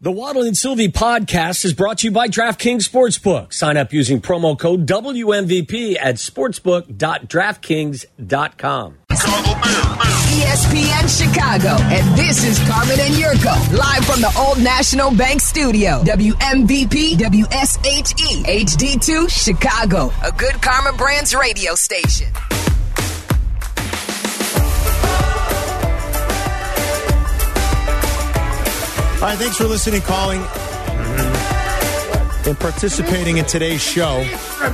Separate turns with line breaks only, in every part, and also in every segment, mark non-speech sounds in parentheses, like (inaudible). The Waddle and Sylvie podcast is brought to you by DraftKings Sportsbook. Sign up using promo code WMVP at sportsbook.draftkings.com.
E ESPN Chicago, and this is Carmen and Yurko, live from the Old National Bank Studio. WMVP, WSHE, HD2, Chicago, a good Karma Brands radio station.
All right, thanks for listening, calling, and participating in today's show.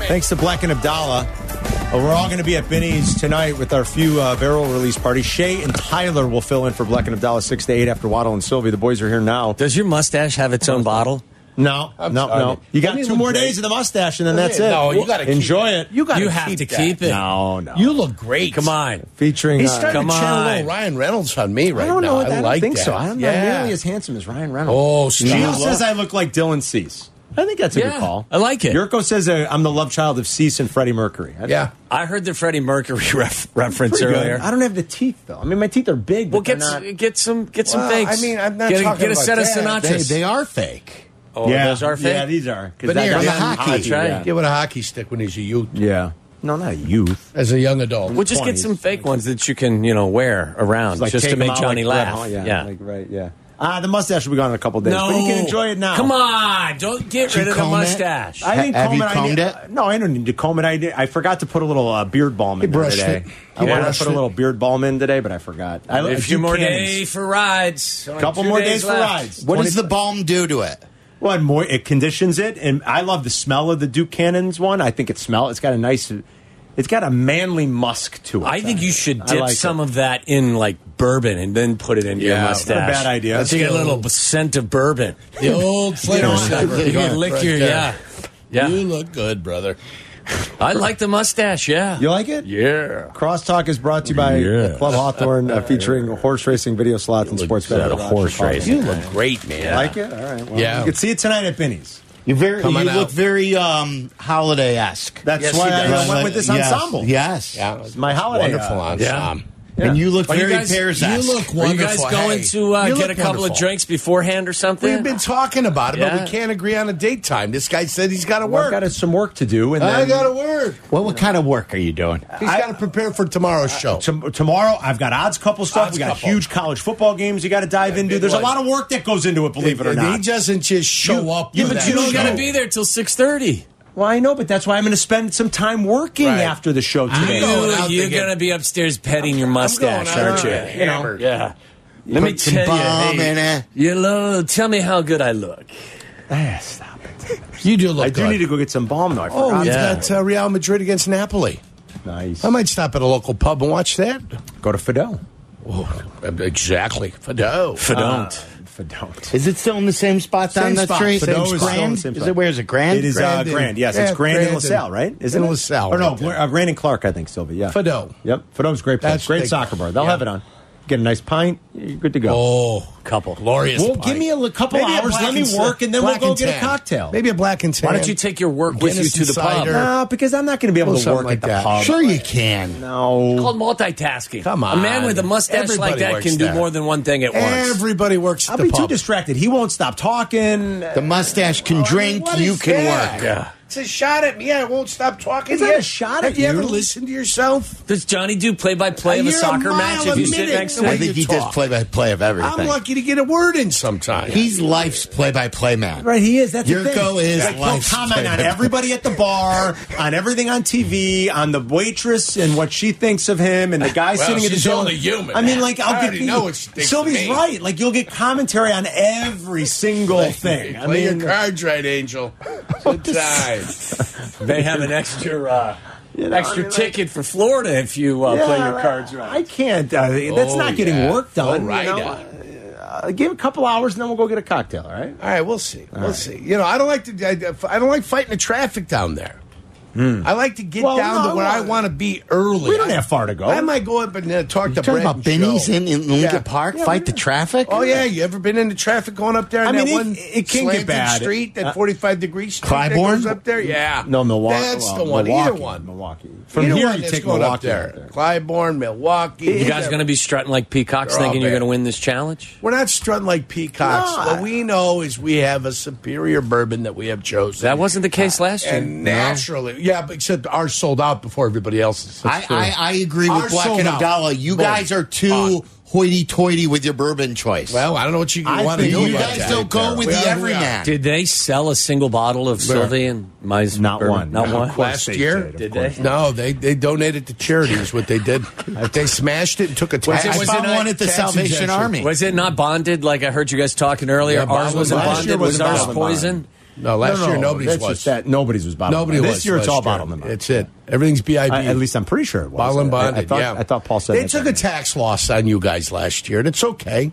Thanks to Black and Abdallah. Uh, We're all going to be at Benny's tonight with our few uh, barrel release parties. Shay and Tyler will fill in for Black and Abdallah six to eight after Waddle and Sylvie. The boys are here now.
Does your mustache have its own bottle?
No, no,
sorry.
no. You got
Benny
two more
looked
days of the mustache, and then that's it.
No, you gotta keep
enjoy
it.
it.
You gotta
You have
keep
to
that.
keep it.
No, no.
You look great.
Come on.
featuring.
He's
uh,
starting
Come
to channel
on.
little Ryan Reynolds on me right
I don't
now.
know. What that,
I like
think
that.
so. I'm not
yeah.
nearly as handsome as Ryan
Oh,
Reynolds.
stop.
Gio says I look like Dylan Cease. I think that's a
Yeah,
good call.
I like it.
Yurko says uh, I'm the love child of Cease and Freddie Mercury. I-
yeah.
I heard the Freddie Mercury (laughs) ref- reference
Pretty good.
earlier.
I don't have the teeth though. I mean, my teeth are big. But
Well, get
they're not-
s- get some get some
Well,
fakes.
I mean, I'm not
get, a-
talking
get a
about
set
that.
of
They,
Sinatras.
they are fake.
oh, those are fake.
Yeah, these are. 'Cause
But
that-
here,
that's
on
on
hockey,
That's right.
yeah.
give it a hockey stick when he's a youth,
Yeah. No, not youth.
as a young adult.
We'll just get
20s.
some fake ones that you can you know wear around
Like,
just
take
to
them
make
out
Johnny
like
laugh.
Grandma,
yeah.
Like, right. Oh, Yeah. Ah, the mustache will be gone in a couple days,
no,
but you can enjoy it now.
Come on, don't get
Did
rid
you
of the
comb it?
mustache.
I didn't
Ha- have
comb
you
it.
combed
I did-
it?
No, I don't need to comb it. I did. I forgot to put a little uh, beard balm in there
brushed
today.
it.
I
He
wanted to
brushed
put a
it.
little beard balm in today, but I forgot. I,
a
I
few
do
more
cannons.
days for rides. A
Couple more days for rides.
What does the balm do to it?
Well, and more it conditions it, and I love the smell of the Duke Cannons one. I think it smell. It's got a nice. It's got a manly musk to it.
I think you should
I
dip
like
some
it.
of that in like bourbon and then put it in your
Yeah,
mustache.
Not a bad idea.
Let's get a little scent of
(laughs)
bourbon.
The old flavor.
You, can lick your yeah,
You
yeah.
look good, brother.
I like the mustache. Yeah,
You like it?
yeah.
Crosstalk is brought to you by
Yeah.
Club
(laughs)
Hawthorne, uh, featuring horse racing video slots and sports betting.
that horse racing.
You look great, man.
Like it? All right. Well,
Yeah.
You can see it tonight at Benny's.
You're very,
Coming
you
out.
look very um, holiday esque.
That's why I uh, went with this
yes,
ensemble.
Yes.
Yeah,
It's my holiday,
Wonderful
uh,
ensemble.
And you look
Are you
very
guys-
Bears esque.
You look
Are you guys
wonderful.
going
Hey,
to uh,
you
get a
look
couple
wonderful.
of drinks beforehand or something?
We've been talking about it, but
Yeah.
we can't agree on a date time. This guy said he's got to
Well, I've
work.
got some work to do, and
I
then
got to work.
Well, what kind of work are you doing?
He's got to prepare for tomorrow's show.
Tom- tomorrow I've got odds couple stuff.
Odds
we got
couple.
huge college football games. You got to dive into.
big
There's a
one.
lot of work that goes into it. Believe it or
And
not.
He doesn't just show
You-
up.
yeah,
with
but
that
you don't
show.
gotta
gonna be there till six thirty.
Well, I know, but that's why I'm going to spend some time working
Right.
after the show today.
You know what I'm
You're
thinking.
gonna be upstairs petting your mustache,
I'm going
aren't
out
you?
on a hammer.
Yeah. Let me
Put some
tell you,
balm
hey,
in it.
you know, tell me how good I look.
Ah, stop it.
You do look
I do
good.
need to go get some balm though. I
Oh,
forgot.
we've
Yeah.
got uh, Real Madrid against Napoli.
Nice.
I might stop at a local pub and watch that.
Go to Fido.
Oh, exactly. Fido.
For don't.
Fido.
Is it still in the same spot down
Same
the
spot.
street?
But no,
Fido
it's
is
still
on
Grand?
the same
Is
spot.
it where is it Grand?
It is uh,
Grand
Grand.
in-
Yes,
yeah,
it's Grand, in
Grand in-
LaSalle, right? Isn't
in
it?
LaSalle,
Or no,
right there.
uh, Grand and Clark, I think, Sylvia. Yeah.
Fido.
Yep. Fido's a great place.
That's
great
big.
soccer bar. They'll
Yeah.
have it on. Get a nice pint. You're good to go.
Oh, couple. Glorious.
well,
pint.
give me a li- couple
Maybe a
hours.
black
Let me
and
work,
tan-
and then we'll
black
go
and
get a
tan.
cocktail.
Maybe a black and tan.
Why don't you take your work with you
Guinness
to the
and cider.
pub?
No, because I'm not going to be able
Well,
to work
Oh, something
at
like
the
that.
pub.
Sure, you can.
No.
Called multitasking.
Come on.
a man with a mustache
Everybody
like that
works
can do
that.
more than one thing at once.
Everybody works at
I'll
the
be
pub.
too distracted. He won't stop talking.
The mustache can drink.
What
You
is
can
that?
work.
Yeah.
It's a shot at me. I won't stop talking.
It's
to
not
you.
a shot
Have
at
you, ever
you.
listened to yourself?
Does Johnny do play-by-play of a
You're a
soccer
mile
match
a
if you sit
minute
next to
away.
I
him?
think he
talk.
does play by play of everything.
I'm lucky to get a word in sometimes.
He's life's play by play man.
Right, he is. That's
Your
the thing.
go is
like, he'll
life's
comment on
play.
everybody at the bar, on everything on TV, on the waitress and what she thinks of him, and the guy
Well,
sitting at the
she's
table.
only human,
I mean,
man.
like I'll
I
get
already
the-
know what she thinks
Sylvie's
of me.
right. Like you'll get commentary on
(laughs)
every single thing. I
Play
mean,
your cards right, Angel. Good time.
They have an extra uh,
know, I
extra
mean, like-
ticket for Florida if you uh,
yeah,
play your cards right.
I can't. Uh, that's
Oh,
not getting
yeah.
work done.
Oh, right,
you know?
yeah.
Uh, give it a couple hours and then we'll go get a cocktail. All right.
All right, we'll see. we'll see. You know, I don't like to. I, I don't like fighting the traffic down there. I like to get
Hmm. Well,
down
no,
to where
I
I
wanna-
want to be early.
We don't
I-
have far to go.
I might go up and uh, talk to
Talking
Brett
about
and
Benny's
Joe.
in, in Lincoln
Yeah.
Park,
Yeah,
fight
we-
the traffic.
Oh yeah, you ever been into traffic going up there?
I
on
mean,
that
it-
one
it can get
slanted
bad.
Street, that
Uh,
forty-five degree street that
Clybourne?
goes up there. Yeah,
No, Milwaukee.
That's
well,
the one.
Milwaukee,
Either one.
Milwaukee. From
Either
here,
one
you
that's
take
going
Milwaukee
up there.
out there.
Clybourne, Milwaukee.
You guys going to be strutting like peacocks,
They're all
thinking you're
bad.
going to win this challenge?
We're not strutting like peacocks.
No, I-
What we know is we have a superior bourbon that we have chosen.
That wasn't the case last year.
Uh, and naturally, yeah, but except ours sold out before everybody else's.
I, I, I agree with
Ours
Black
sold
and
out.
Abdallah. You
Boom.
guys are too
On.
hoity-toity with your bourbon choice.
Well, I don't know what you
I
want to
think
do.
you
about
guys
that.
don't go with
We are-
the
we are.
everyman.
Did they sell a single bottle of Sylvian? My
Not
bourbon?
one.
Not
No,
one.
of course
Last
they
year,
did, of
Did
course.
they?
No, they they donated to charity is what they did. they smashed it and took a tax.
I, I
was
found
it a
one at the
tax
Salvation
exemption?
(laughs)
Army.
Was it not bonded? Like I heard you guys talking earlier.
Yeah,
ours
bottled
wasn't
last
bonded.
year
Was
wasn't
ours
bottled.
poison?
No, last
No, no,
year nobody's
that's
was.
just that. Nobody's was bottled.
Nobody
in bottle.
was.
This year, it's
last
all bottled in the
It's it. Everything's BIB.
I, at least I'm pretty sure it was.
Bottle and
I- I-
bonded.
I, thought,
yeah.
I thought Paul said
they
that
took a
somewhere.
tax loss on you guys last year, and it's okay.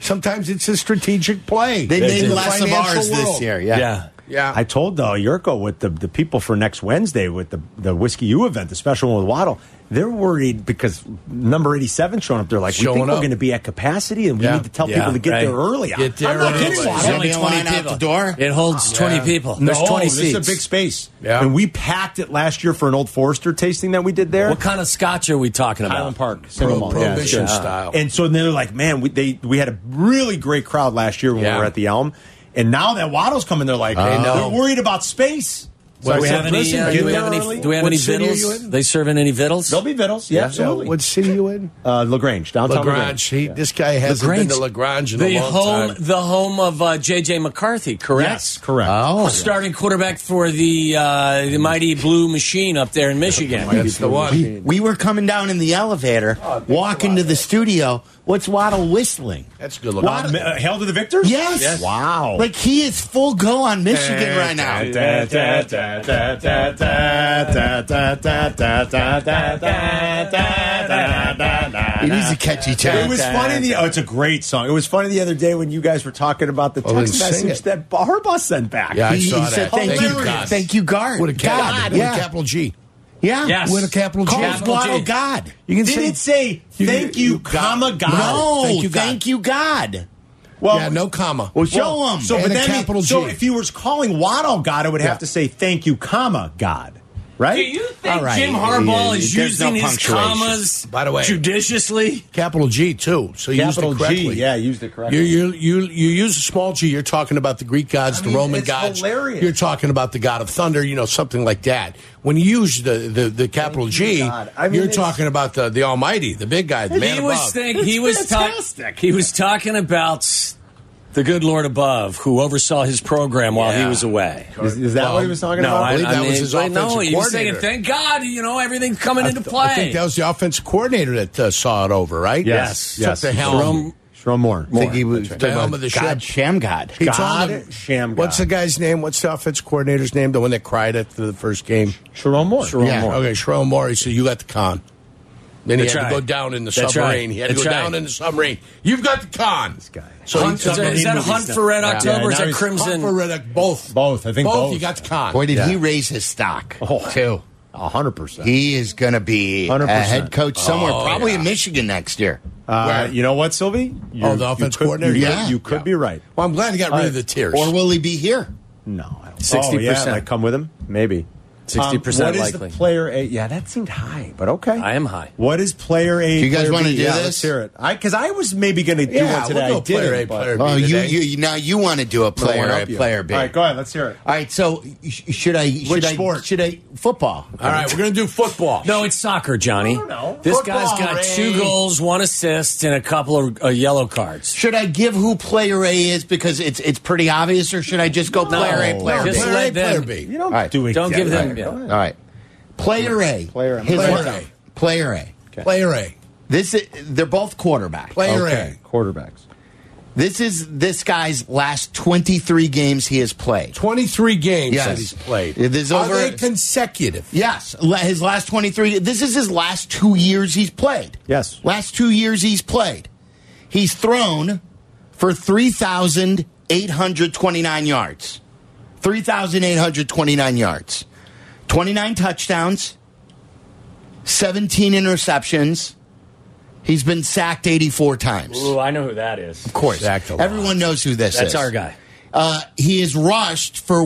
Sometimes it's a strategic play.
They
It's
made
the
less of
financial
ours this
world.
year. Yeah.
Yeah,
I told uh, Yurko with the, the people for next Wednesday with the, the Whiskey U event, the special one with Waddle, they're worried because number 87 showing up. They're like, we
Showing
think we're
up.
going to be at capacity and we
Yeah.
need to tell
Yeah,
people to get
right.
there early.
Get there
I'm not
early.
kidding,
There's
Waddle.
There's only
gonna be a
20
line out
people.
the door?
It holds 20 people. There's 20
this
seats.
is a big space.
Yeah.
And we packed it last year for an old Forester tasting that we did there.
What kind of scotch are we talking about?
Highland Park,
Pro-
Cinnamon Mall. Yeah,
prohibition
sure.
style.
And so then they're like, man, we, they we had a really great crowd last year when we
Yeah.
were at the Elm, and now that Waddle's coming, they're like,
I know.
we're worried about space. So
Do
I
we
said,
have any?
listen,
uh,
get
do we
there
have any?
early.
Do we have
What
any
city are you
vittles?
in?
They serving any vittles?
There'll be vittles. Yeah, absolutely.
Yeah, What city you in?
uh, Lagrange, downtown
Lagrange. He,
Yeah.
This guy hasn't been to Lagrange in
the
a long
home,
time.
the home of uh, JJ McCarthy, correct?
Yes, correct.
Oh.
starting quarterback for the uh, the mighty blue machine up there in Michigan.
That's the one.
We were coming down in the elevator, walking to the studio. What's Waddle whistling?
That's good looking.
Wow, uh, Hail to the victors!
Yes. Yes.
Wow.
Like he is full go on Michigan right now.
Da, da, da, da, da, da, da, da, da, da, da, da, da, da, da, da.
It is a catchy
It
tune.
was funny. The oh, it's a great song. It was funny the other day when you guys were talking about the
Well,
text
then sing
message
it.
that Harbaugh sent back.
Yeah, I
he,
saw
he
that.
said, "Thank you,
Hilarious.
God. thank you, God."
With a capital,
God,
with
yeah,
a capital G.
yeah.
Yes.
With a capital G.
Calls
Capital
Waddle
G.
God.
You can
Did
say-
it say
You can-
thank you,
you got-
comma God?
No,
Thank you, God.
Oh, thank you, God.
Well,
yeah, no comma.
Well, show him.
So,
And
but
a
then
capital G.
so if you was calling Waddle God, it would
Yeah.
have to say thank you, comma God, right?
Do you think
All right.
Jim Harbaugh
Yeah,
is
there's no
using his
punctuation.
commas
By the way-
judiciously?
capital G too. So you
Capital
used it correctly.
G, yeah, used it correctly.
You, you you you use a small G. You're talking about the Greek gods,
I
the
mean,
Roman
it's
gods.
hilarious.
You're talking about the god of thunder. You know something like that. When you use the the, the capital
you,
G,
God. I mean,
you're
it's-
talking about the the Almighty, the big guy, the man
he
above.
was think, he was talking
fantastic.
he was talking about the good Lord above who oversaw his program while he
Yeah.
was away.
Is, is that
Well,
what he was talking
no,
about?
I believe that was his
but No,
offensive
he was saying,
coordinator.
"Thank God, you know everything's coming into play."
I think that was the offensive coordinator that uh, saw it over, right?
yes, yes.
Took the helm.
Jerome-
Sharon Moore.
I think he was
right.
talking
Down
about
with the ship.
God, Sham God.
He
God,
told him-
Sham
What's the
God.
guy's name? What's the offensive coordinator's name? The one that cried at the first game.
Sharon Moore. Sharon
Yeah.
Moore.
Okay, Sherrill Moore. He said, "You got the con." Then he
That's
had to
right.
go down in the
That's
submarine.
right.
He had to
That's
go
right.
down in the submarine. You've got the con. This
guy.
So
Hunt-
he's
is, that- is that Hunt for Red October?
Yeah,
is
now
that
he's-
Crimson?
Hunt for Red October. Both.
Both, I think
both.
both.
You got the con.
Boy, did
Yeah.
he raise his stock
Oh.
too?
A hundred percent.
He is going to be a
100%.
head coach somewhere,
Oh,
probably
yeah.
in Michigan next year.
Uh, you know what, Sylvie? You,
Oh, the offense
you could,
coordinator?
You,
Yeah.
you could be right.
Well, I'm glad he got rid of the tears.
Or will he be here?
No, I don't.
60%.
Oh, yeah, like come with him, maybe.
Um,
60%
Um, what is
likely.
the player A? Yeah, that seemed high, but okay.
I am high.
What is player A?
Do you guys
player
wanna
B?
do
yeah,
this?
Let's hear it. I because I was maybe going to do
Yeah,
one today.
we'll do a
I didn't,
player A,
but-
player B.
Oh,
Maybe
you,
they-
you you- now you want to do a
Player
player A,
up you.
player B.
All right, go ahead. Let's hear it.
All right, so sh- should I? Should
Which
I,
sport?
Should I football?
All right, we're going to do football.
No, it's soccer, Johnny.
know.
This
Football,
guy's got
Ray.
two goals, one assist, and a couple of uh, yellow cards.
Should I give who player A is because it's it's pretty obvious, or should I just go player A, player
Just
B?
player A,
let
player
them.
B.
You don't
All right,
do it.
don't
yet.
give them-
All
yeah.
go ahead.
All right, player A.
Player A.
His
Player
last
A.
name. Player A.
Player A.
This is, they're both quarterback.
Player
Okay, quarterbacks.
This is this guy's last twenty three games he has played.
A. 23 games
Yes.
that he's played.
It is
Are
over-
they consecutive?
Yes, la- his last 23. This is his last two years he's played.
Yes.
Last two years he's played. He's thrown for 3,829 yards. 3,829 yards. 29 touchdowns, 17 interceptions. He's been sacked 84 times.
Ooh, I know who that is.
Of course.
Sacked a lot.
Everyone knows who this is.
That's our guy.
Uh, he is rushed for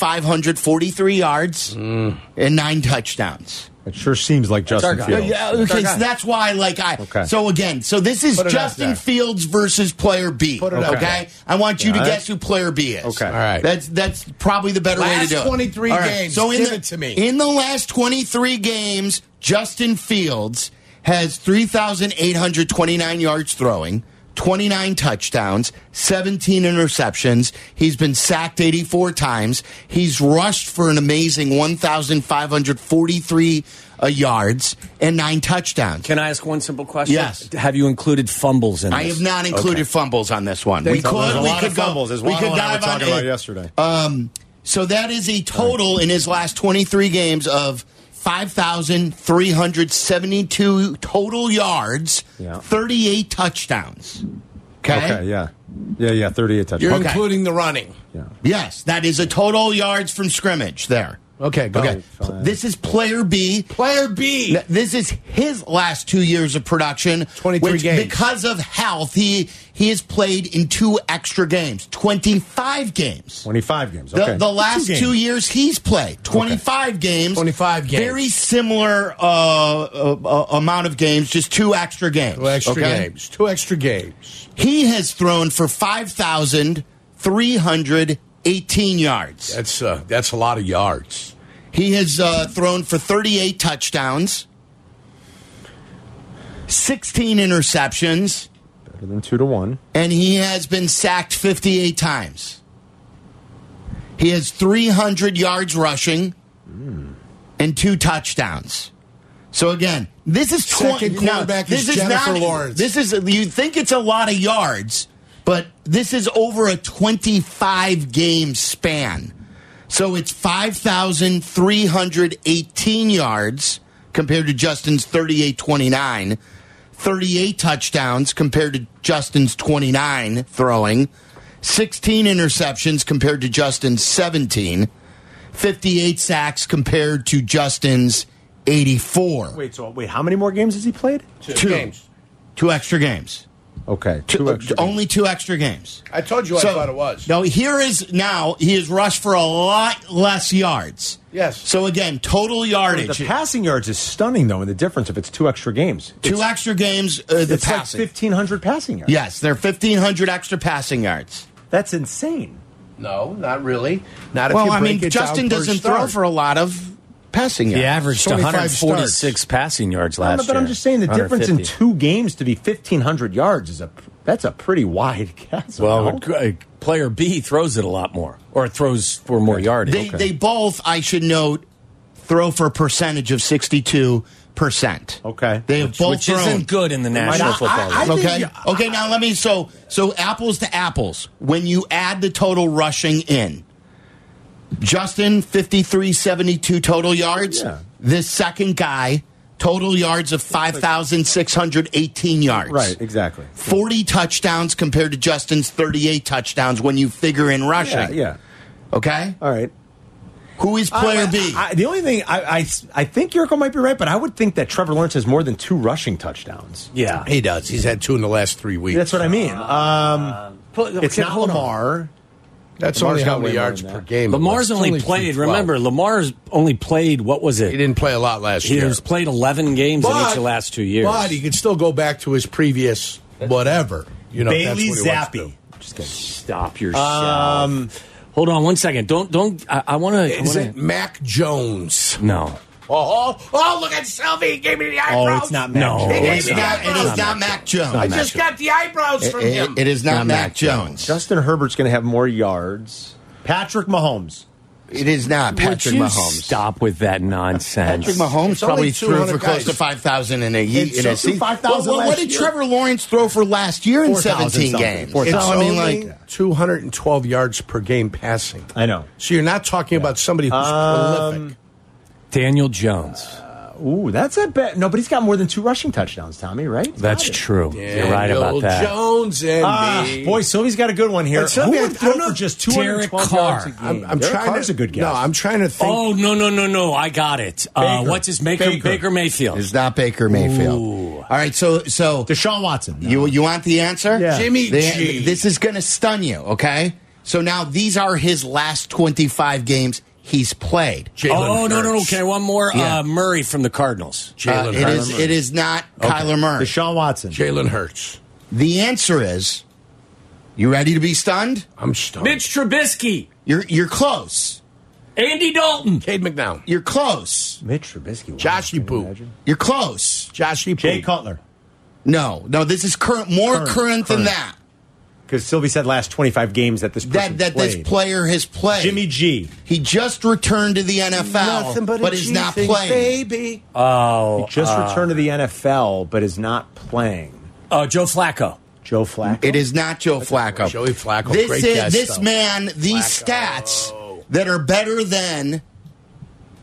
1,543 yards
Mm.
and nine touchdowns.
It sure seems like
our
Justin
guy.
Fields.
Yeah, okay, so that's why, like, I.
Okay.
So again, so this is
Put it up
Justin
there.
Fields versus player B.
Put it
okay.
up
I want you
Yeah,
to
that's-
guess who player B is.
Okay. All
right.
That's that's probably the better way to
Last
do it.
23
All right,
games,
So in
give
the,
it to me.
In the last twenty three games, Justin Fields has three thousand eight hundred twenty nine yards throwing. 29 touchdowns, 17 interceptions. He's been sacked 84 times. He's rushed for an amazing 1,543 uh, yards and nine touchdowns.
Can I ask one simple question?
Yes.
Have you included fumbles in this?
I have not included fumbles on this one. We
There's
could,
a
we
lot
could
of
go-
fumbles. As
we could
Waddle and I
dive
were
on
talking about
it.
yesterday.
So that is a total in his last 23 games of 5,372 total yards,
Yeah.
38 touchdowns. Okay?
okay, yeah, yeah, yeah. Thirty-eight touchdowns.
You're
Okay.
including the running.
Yes, that is a total yards from scrimmage there.
Okay, go.
Okay.
fine.
This is player B.
Player B.
Th- This is his last two years of production.
23
which,
games.
Because of health, he he has played in two extra games, 25 games.
Twenty-five games.
The,
Okay.
the last two,
games.
years he's played 25 games
25 games.
very similar uh, uh, uh, amount of games just two extra games
Two extra
okay?
games. Two extra games.
he has thrown for 5318 yards
That's uh, that's a lot of yards.
he has uh, thrown for 38 touchdowns 16 interceptions
Better than two to one.
and he has been sacked 58 times. He has 300 yards rushing and two touchdowns. So again, this is twen-
Second
now,
quarterback
this
is Jennifer
not,
Lawrence.
This is you think it's a lot of yards, but this is over a 25 game span. So it's 5,318 yards compared to Justin's 3829. 38 touchdowns compared to Justin's 29 throwing, 16 interceptions compared to Justin's 17, 58 sacks compared to Justin's 84.
Wait, so wait, how many more games has he played?
two
games.
Two extra games.
Okay,
Two-
two extra. games.
only two extra games.
I told you I thought it was.
No, here is now he is rushed for a lot less yards.
Yes.
So again, total yardage.
The passing yards is stunning, though, and the difference if it's two extra games.
two
it's,
extra games. Uh, the
It's like
passing.
fifteen hundred passing yards.
yes, there are fifteen hundred extra passing yards.
that's insane.
No, not really. Not if
well,
you
I
break
mean,
it down
Justin
per
doesn't throw
start.
for a lot of passing yards.
He averaged
25
146
starts.
passing yards
No,
last
but I'm
year.
just saying the difference in
150.
two games to be fifteen hundred yards is a that's a pretty wide (laughs) chasm.
Well,
no?
uh, player B throws it a lot more, or throws for more yardage.
They they both, I should note, throw for a percentage of sixty two percent.
Okay.
they have both
which
thrown.
isn't good in the National
I-
Football League.
I think
okay.
you-
okay. Now let me. So so apples to apples. When you add the total rushing in, Justin fifty three seventy two total yards.
Yeah.
This second guy total yards of five thousand six hundred eighteen yards.
Right, exactly.
40 touchdowns compared to Justin's 38 touchdowns when you figure in rushing.
Yeah, yeah.
Okay?
All right.
Who is player
I-
B?
I- the only thing I, I I think Yurko might be right, but I would think that Trevor Lawrence has more than two rushing touchdowns.
yeah.
He does. He's had two in the last three weeks.
That's what I mean. Um, it's
Uh, okay,
not
hold on.
Lamar.
That's
Lamar's
only how
got way
many
more
yards
than
per
that.
game. it
Lamar's
was. It's
only,
through
played.
12.
Remember, Lamar's only played. What was
he
it?
didn't play a lot last
He
year.
has played 11 games in each of the last two years.
But he could still go back to his previous whatever. You know, that's
Bailey
what he wants to
Zappi.
do.
Just kidding.
Stop yourself. Um, Hold on one second. Don't don't. I, I want to.
Is it Mac Jones?
No.
Oh, oh, oh, look at Sylvie. He gave me the eyebrows.
Oh, it's not Mac
No.
Jones.
He gave
It's
me the
not- it is
eyebrows.
not Mac Jones.
I just got the eyebrows
It-
from
it-
him.
it is not,
Not
Mac,
Mac
Jones.
Justin Herbert's going to have more yards. Patrick Mahomes.
It is not Patrick
Would you
Mahomes.
Stop with that nonsense.
Patrick Mahomes
It's only
probably threw
200
for close
guys.
to 5,000 in a, ye-
It's
in a
so-
season.
5,000
Well, what-
last
what did
year.
Trevor Lawrence throw for last year in
4,000
17
something.
games?
4,000.
It's-
It's
I mean,
only
like,
212 yards per game passing.
I know.
So you're not talking about somebody who's prolific.
Daniel Jones.
Ooh, that's a bet. No, but he's got more than two rushing touchdowns, Tommy, right?
That's
Got it.
true. You're right
Daniel
about that.
Jones and
Ah,
me.
boy, Sylvie's got a good one here.
But Sylvie,
Who would
I
throw
don't
for
know.
just
Derek
212 yards a
Carr.
game?
I'm, I'm
Derek
trying
Carr's
to
a good guess.
No, I'm trying to think.
Oh no no no no! I got it. Uh,
Baker.
what's his maker?
Baker.
Baker, Mayfield.
It's not Baker Mayfield. All right, so so
Deshaun Watson. No.
you you want the answer?
Yeah.
Jimmy
The-
G.
This is going to stun you, okay? So now these are his last 25 games he's played.
Jalen
oh no no no!
Hurts.
Okay, one more.
Yeah.
Uh, Murray from the Cardinals.
Uh,
Jalen
it
Hurts.
is it is not Kyler Murray.
Deshaun Watson.
Jalen Hurts.
The answer is you ready to be stunned?
I'm stunned.
Mitch Trubisky,
You're you're close.
Andy Dalton,
Cade McNown.
You're close.
Mitch Trubisky.
Josh
Wow, can you
Eboo.
imagine?
You're close.
Joshy
Jay
Pugh.
Cutler.
No, no, this is current more current,
Current,
than
current.
that.
Because Sylvie said last 25 games that this person
That that this
played.
player has played.
Jimmy G.
He just returned to the NFL,
Nothing
but,
but, a
is
G
not
thing,
playing.
Baby.
Oh,
He just returned to the NFL, but is not playing.
uh, Joe Flacco.
Joe Flacco.
It is not Joe Flacco.
Joey Flacco.
This
great
is
guess,
this
though.
man. These stats that are better than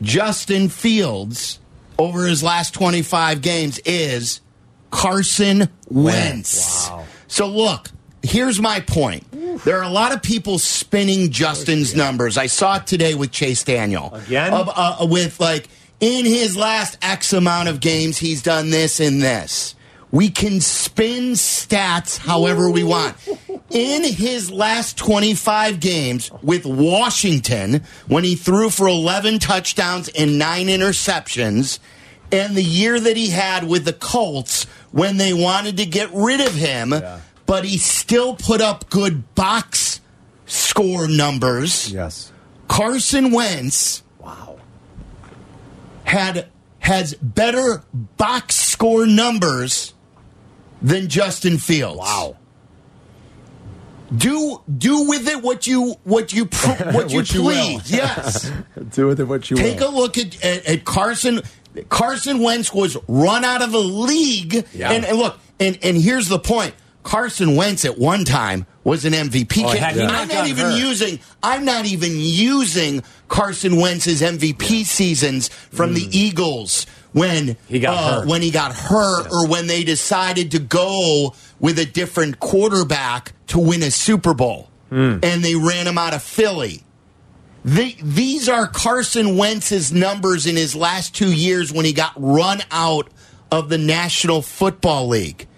Justin Fields over his last twenty five games is Carson Wentz. So look, here's my point. There are a lot of people spinning Justin's numbers. I saw it today with Chase Daniel
Again?
Of, uh, with like in his last X amount of games, he's done this and this. We can spin stats however we want. In his last 25 games with Washington, when he threw for 11 touchdowns and nine interceptions, and the year that he had with the Colts when they wanted to get rid of him, but he still put up good box score numbers.
Yes.
Carson Wentz
Wow.
had has better box score numbers than Justin Fields. Wow. Do do with it what you what you pr-
(laughs)
what you
What you will.
please.
(laughs)
yes.
Do with it what you
Take a look at, at, at Carson. Carson Wentz was run out of the league.
Yeah.
And, and look, and, and here's the point. Carson Wentz at one time was an MVP.
Oh,
Can-
had he not
I'm not
gotten
even
hurt.
using I'm not even using Carson Wentz's MVP seasons from the Eagles when
Mm. He got
uh,
hurt.
when he got hurt or when they decided to go with a different quarterback to win a Super Bowl
Hmm.
and they ran him out of Philly. The, these are Carson Wentz's numbers in his last two years when he got run out of the National Football League.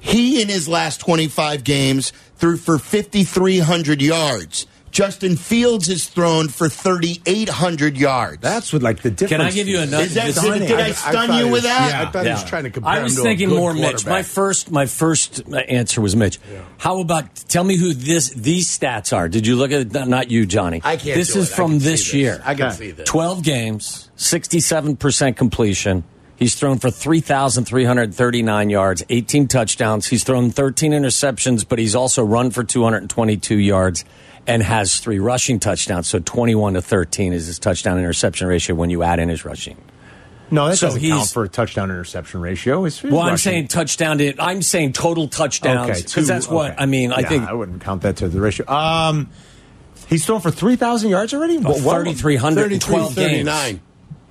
He, in his last 25 games, threw for 5,300 yards. Justin Fields has thrown for 3,800 yards.
That's what like the difference.
Can I give you another?
Is that-
this-
did, did
I-
I
I
stun
thought
you
it
with
was-
that?
yeah, I thought he was trying to compare
I was
him to a
thinking
good
more Mitch. My
quarterback.
first, my first uh, answer was Mitch. How about tell me who this these stats are? Did you look at it? not you, Johnny?
I can't.
This
do
is
it. I
from
can see
this, year.
I can
Okay.
see this.
Twelve games, sixty-seven percent completion. He's thrown for three thousand three hundred thirty-nine yards, eighteen touchdowns. He's thrown thirteen interceptions, but he's also run for two hundred twenty-two yards and has three rushing touchdowns. So twenty-one to thirteen is his touchdown interception ratio when you add in his rushing.
No, that
So
doesn't
he's-
count for a touchdown interception ratio. It's
Well, I'm
rushing.
saying touchdown. To, I'm saying total touchdowns because
two-
that's what
okay.
I mean. I
Yeah,
think
I wouldn't count that to the ratio. Um, he's thrown for three thousand yards already.
oh, 3,300 in 12 games.
39.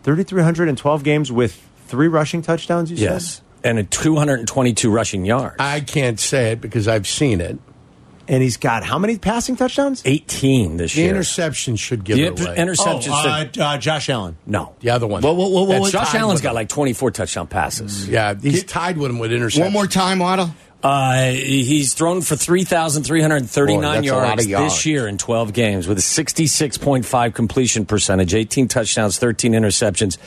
Thirty-three hundred and twelve games with three rushing touchdowns. You
Yes, and a 222 rushing yards.
I can't say it because I've seen it.
said, and he's got how many passing touchdowns?
18 this
The
year.
interception should give
the
it away.
inter- interceptions. that-
Josh Allen.
no,
the other one.
Well, well, well, well,
That's- Josh
time.
Allen's got like 24 touchdown passes.
yeah, he's tied with him with interception.
One more time, Waddle.
Uh, he's thrown for 3,339
Boy, that's a lot
yards,
of yards.
this year in 12 games with a 66.5 completion percentage, 18 touchdowns, 13 interceptions.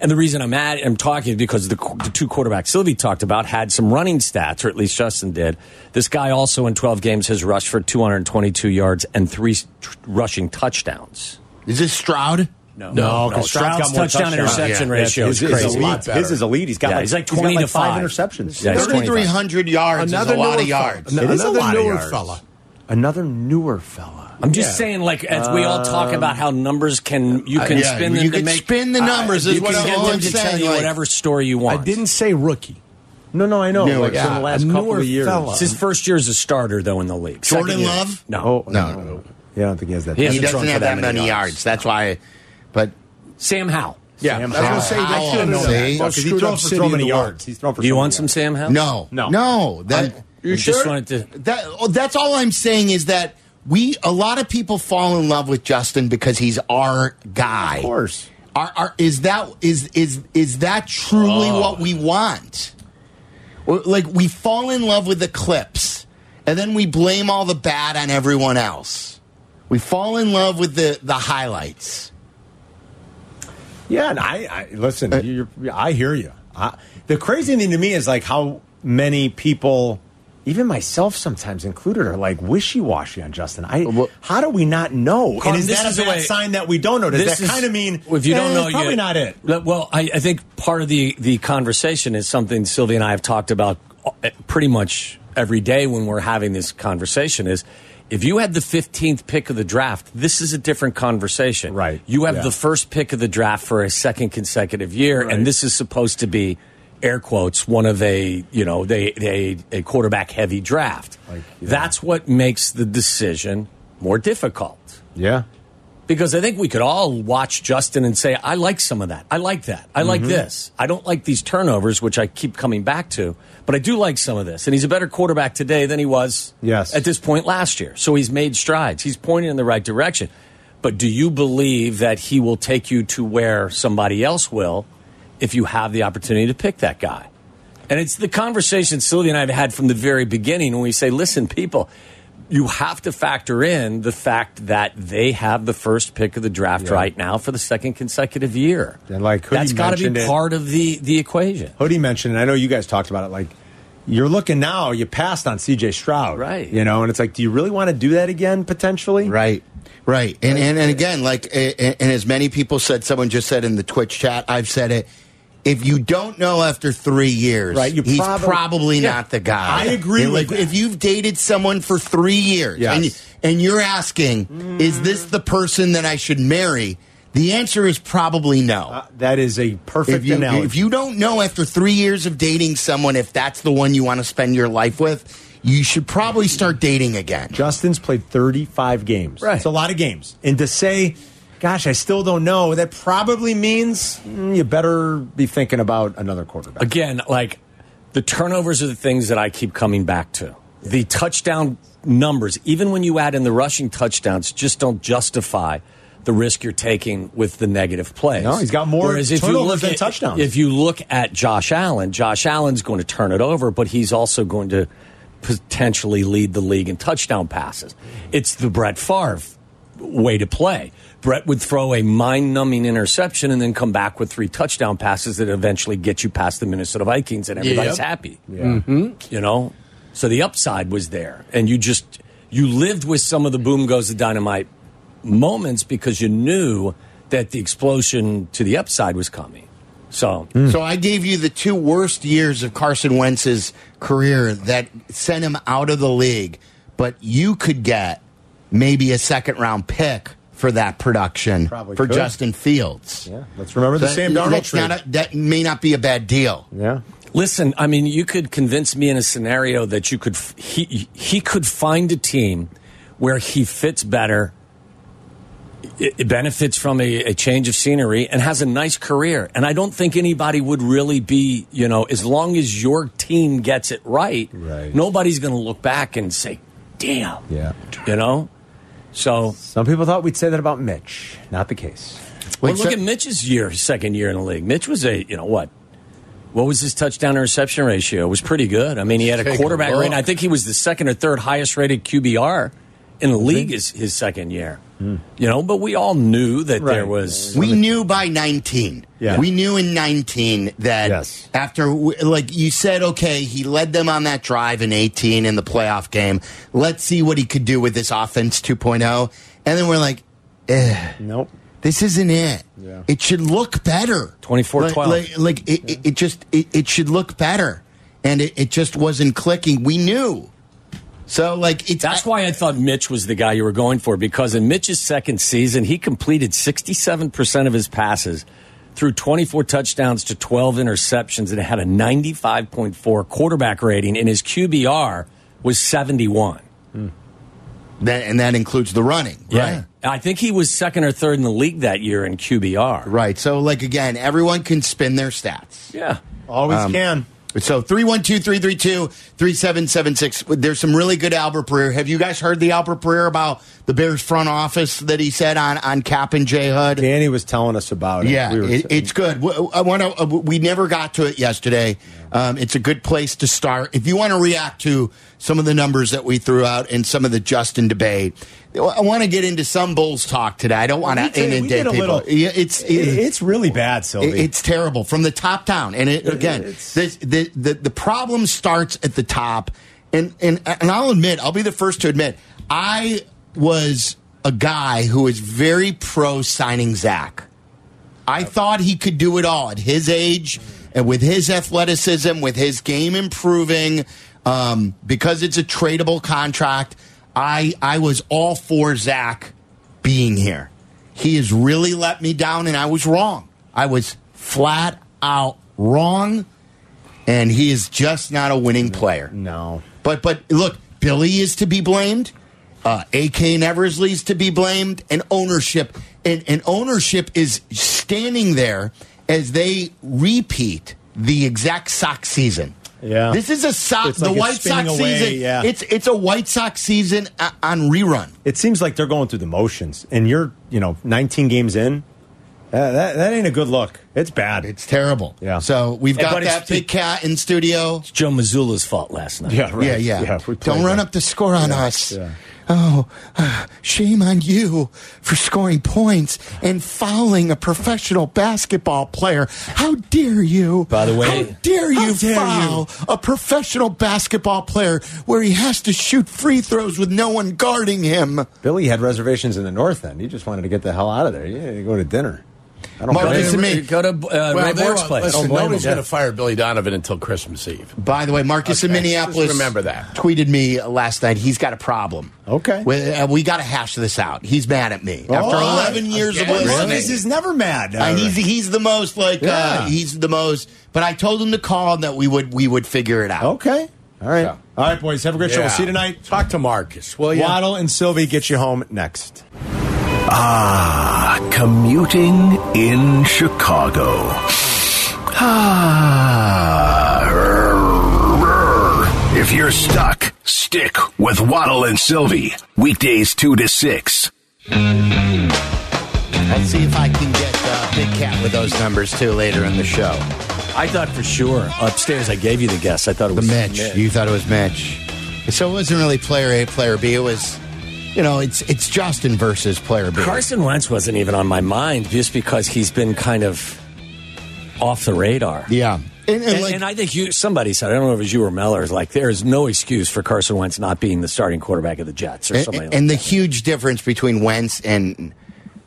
And the reason I'm at I'm talking is because the, qu- the two quarterbacks Sylvie talked about had some running stats, or at least Justin did. This guy also in 12 games has rushed for 222 yards and three s- tr- rushing touchdowns.
Is this Stroud?
No, 'cause
Stroud's
got more
touchdown
touchdowns.
interception
Yeah.
ratio is
his, is
crazy.
a lot
elite.
better.
his is elite. He's got
Yeah,
like,
he's like
got
20 to
five
5.
interceptions.
Yeah, he's
3,300 yards is a lot
newer
of
fella.
yards.
An-
It is a
another
lot of
newer
yards.
fella.
Another newer fella.
I'm just saying, like as we all talk about how numbers can you can
uh, yeah,
spin them
you
to
can
make
spin the numbers is
you
what
can
I'm-
get
all
them
I'm
to
saying,
tell you
like-
whatever story you
I
want.
didn't say rookie.
No, no, I know.
Newer,
like,
yeah,
in the last
a
couple
newer
of years.
fella.
It's his first year as a starter though in the league.
Jordan
Second year.
Love?
No.
Oh
No,
no,
no.
yeah, I don't think he has that.
He
He
hasn't
doesn't
thrown for
have that many yards. That's why. But
Sam Howell.
Yeah,
Sam
I was gonna
Howell.
say that
Howell,
should have known
see?
that.
Well,
Fuck,
Because he
screwed up
throws for
city
so
in
many
the
yards.
yards.
He's thrown for
Do you
so
want
many
some
yards.
Sam Howell?
No,
No.
no. That
You
You
just
sure?
wanted to.
that oh, that's all I'm saying is that we a lot of people fall in love with Justin because he's our guy.
Of course.
Are, are, is that is is is that truly what we want? Or, like we fall in love with the clips, and then we blame all the bad on everyone else. We fall in love with the the highlights.
Yeah, and I, I listen. you're, I hear you. I, the crazy thing to me is like how many people, even myself sometimes included, are like wishy washy on Justin. I.
Well-
how do we not know?
Carm,
and is
this
that a
is the
bad
way-
sign that we don't know? Does
This
that
is-
kind of mean
well, if you don't
eh,
know,
it's probably
you,
not it?
Le- Well, I, I think part of the the conversation is something Sylvia and I have talked about uh, pretty much every day when we're having this conversation. Is if you had the fifteenth pick of the draft, this is a different conversation,
Right.
You have
Yeah.
the first pick of the draft for a second consecutive year,
Right.
and this is supposed to be air quotes one of a you know they they a quarterback heavy draft. That's what makes the decision more difficult
Yeah.
because I think we could all watch Justin and say, I like some of that. I like that. I like this. I don't like these turnovers, which I keep coming back to, but I do like some of this. And he's a better quarterback today than he was
Yes.
at this point last year. So he's made strides. He's pointing in the right direction. But do you believe that he will take you to where somebody else will if you have the opportunity to pick that guy? And it's the conversation Sylvia and I have had from the very beginning when we say, listen, people, you have to factor in the fact that they have the first pick of the draft right now for the second consecutive year.
And, like, Hoodie
that's got to
mentioned
be
it.
part of the, the equation.
Hoodie mentioned, and I know you guys talked about it. Like, you're looking now. You passed on C.J. Stroud,
Right.
You know, and it's like, do you really want to do that again? Potentially,
Right. Right. And, and and again, like a- a- and as many people said, someone just said in the Twitch chat, I've said it. If you don't know after three years,
Right, you
he's
probab-
probably
Yeah.
not the guy.
I agree
And,
with
like,
that.
If you've dated someone for three years
Yes.
and, you- and you're asking, is this the person that I should marry? The answer is probably no.
That is a perfect
if you,
analogy.
if you don't know after three years of dating someone if that's the one you want to spend your life with, you should probably start dating again.
Justin's played 35 games.
Right.
It's a lot of games. And to say, gosh, I still don't know, that probably means mm, you better be thinking about another quarterback.
Again, like the turnovers are the things that I keep coming back to. The touchdown numbers, even when you add in the rushing touchdowns, just don't justify the risk you're taking with the negative plays.
No, he's got more
Whereas if you
turnovers
look
than
at-
touchdowns.
If you look at Josh Allen, Josh Allen's going to turn it over, but he's also going to potentially lead the league in touchdown passes. It's the Brett Favre way to play. Brett would throw a mind numbing interception and then come back with three touchdown passes that eventually get you past the Minnesota Vikings, and everybody's
Yep.
happy. You know? So the upside was there. And you just, you lived with some of the boom goes the dynamite moments because you knew that the explosion to the upside was coming. So,
So I gave you the two worst years of Carson Wentz's career that sent him out of the league, but you could get maybe a second round pick for that production
Probably
for
could.
Justin Fields.
Yeah, let's remember the
That-
Sam Darnold
that's
trade.
not a- that may not be a bad deal.
yeah.
listen, I mean, you could convince me in a scenario that you could, f- he, he could find a team where he fits better. It it benefits from a, a change of scenery and has a nice career. And I don't think anybody would really be, you know, as long as your team gets it right,
Right.
nobody's going to look back and say, damn.
Yeah.
You know? So
Some people thought we'd say that about Mitch. Not the case.
Like,
well, look
so-
at Mitch's year, second year in the league. Mitch was a, you know what? What was his touchdown to reception ratio? It was pretty good. I mean, he had a
Take a
quarterback
look.
rating. I think he was the second or third highest rated QBR in the league his, his second year. You know, but we all knew that there
Right.
was.
We knew by 19.
Yeah.
We knew in 19 that
Yes.
after, w- like you said, okay, he led them on that drive in 18 in the playoff game. Let's see what he could do with this offense 2.0. And then we're like, eh,
Nope.
this isn't it. It should look better.
24-12.
Like, like, like it, it, it just, it, it should look better. And it, it just wasn't clicking. We knew. So, like, it's.
That's why I thought Mitch was the guy you were going for because in Mitch's second season, he completed 67% of his passes, threw 24 touchdowns to 12 interceptions, and had a 95.4 quarterback rating, and his QBR was 71.
That, and that includes the running,
Yeah.
right?
I think he was second or third in the league that year in QBR.
Right. So, like, again, everyone can spin their stats.
Yeah.
Always
Um,
can.
So, 312 332 3776. There's some really good Albert Breer. Have you guys heard the Albert Breer about the Bears front office that he said on, on Cap and J Hood?
Danny was telling us about it.
Yeah,
We were
it, it's good. W- I want to. We never got to it yesterday. Um, it's a good place to start if you want to react to some of the numbers that we threw out and some of the Justin debate. I want to get into some Bulls talk today. I don't want
We
to
did- we
inundate
did a
people.
little-
yeah, it's
It- it's really bad, Sylvie.
it- it's terrible from the top down. And it, again, this, the, the the problem starts at the top. And and and I'll admit, I'll be the first to admit, I was a guy who was very pro signing Zach. I thought he could do it all at his age and with his athleticism, with his game improving, um, because it's a tradable contract. I I was all for Zach being here. He has really let me down, and I was wrong. I was flat out wrong, and he is just not a winning player.
no.
But but look, Billy is to be blamed. Uh, AK and Eversley is to be blamed, and ownership and, and ownership is standing there as they repeat the exact Sox season.
Yeah.
this is a Sox.
It's
the
like it's
White
spinning
Sox
away,
season.
yeah.
It's it's a White Sox season uh, on rerun.
It seems like they're going through the motions, and you're, you know, 19 games in. That, that, that ain't a good look. It's bad.
It's terrible.
Yeah.
So we've
Hey,
got
but it's-
that big cat in studio.
It's Joe Missoula's fault last night.
(laughs) yeah, right.
Yeah, yeah.
we played
Don't run
that.
up the score on us.
yeah.
Oh, uh, shame on you for scoring points and fouling a professional basketball player. How dare you?
By the way-
how dare
How
you
dare you.
foul a professional basketball player where he has to shoot free throws with no one guarding him?
Billy had reservations in the North End. He just wanted to get the hell out of there. Yeah, go to dinner. I don't
Mark,
blame
this
him.
is me.
Go to uh, Ray
they
Bork's
won't-
place.
Listen,
Don't blame
nobody's
him, yeah.
going to fire Billy Donovan until Christmas Eve.
By the way, Marcus in
Okay,
Minneapolis
just remember that.
tweeted me last night. He's got a problem.
Okay.
we, uh, we got to hash this out. He's mad at me after
Oh,
11 years of
Again?
listening.
Really?
Marcus is never mad.
Uh, he's he's the most like uh,
Yeah.
he's the most. But I told him to call and that we would we would figure it out.
okay. All right.
Yeah.
All right, boys. Have a great show. We'll
Yeah.
see you tonight.
Talk to Marcus, will you?
Waddle and Sylvie get you home next.
Ah, commuting in Chicago. Ah, rrr, rrr. if you're stuck, stick with Waddle and Sylvie. Weekdays 2 to 6.
I'll see if I can get uh, Big Cat with those numbers too later in the show.
I thought for sure upstairs. I gave you the guess. I thought it
The
was
Mitch,
Mitch.
you thought it was Mitch, so it wasn't really player A, player B. It was, you know, it's it's Justin versus player B.
Carson Wentz wasn't even on my mind just because he's been kind of off the radar.
Yeah, and, and
And,
like,
and I think you somebody said I don't know if it was you or Mellor like there is no excuse for Carson Wentz not being the starting quarterback of the Jets or
and,
somebody.
and the
like
huge difference between Wentz and.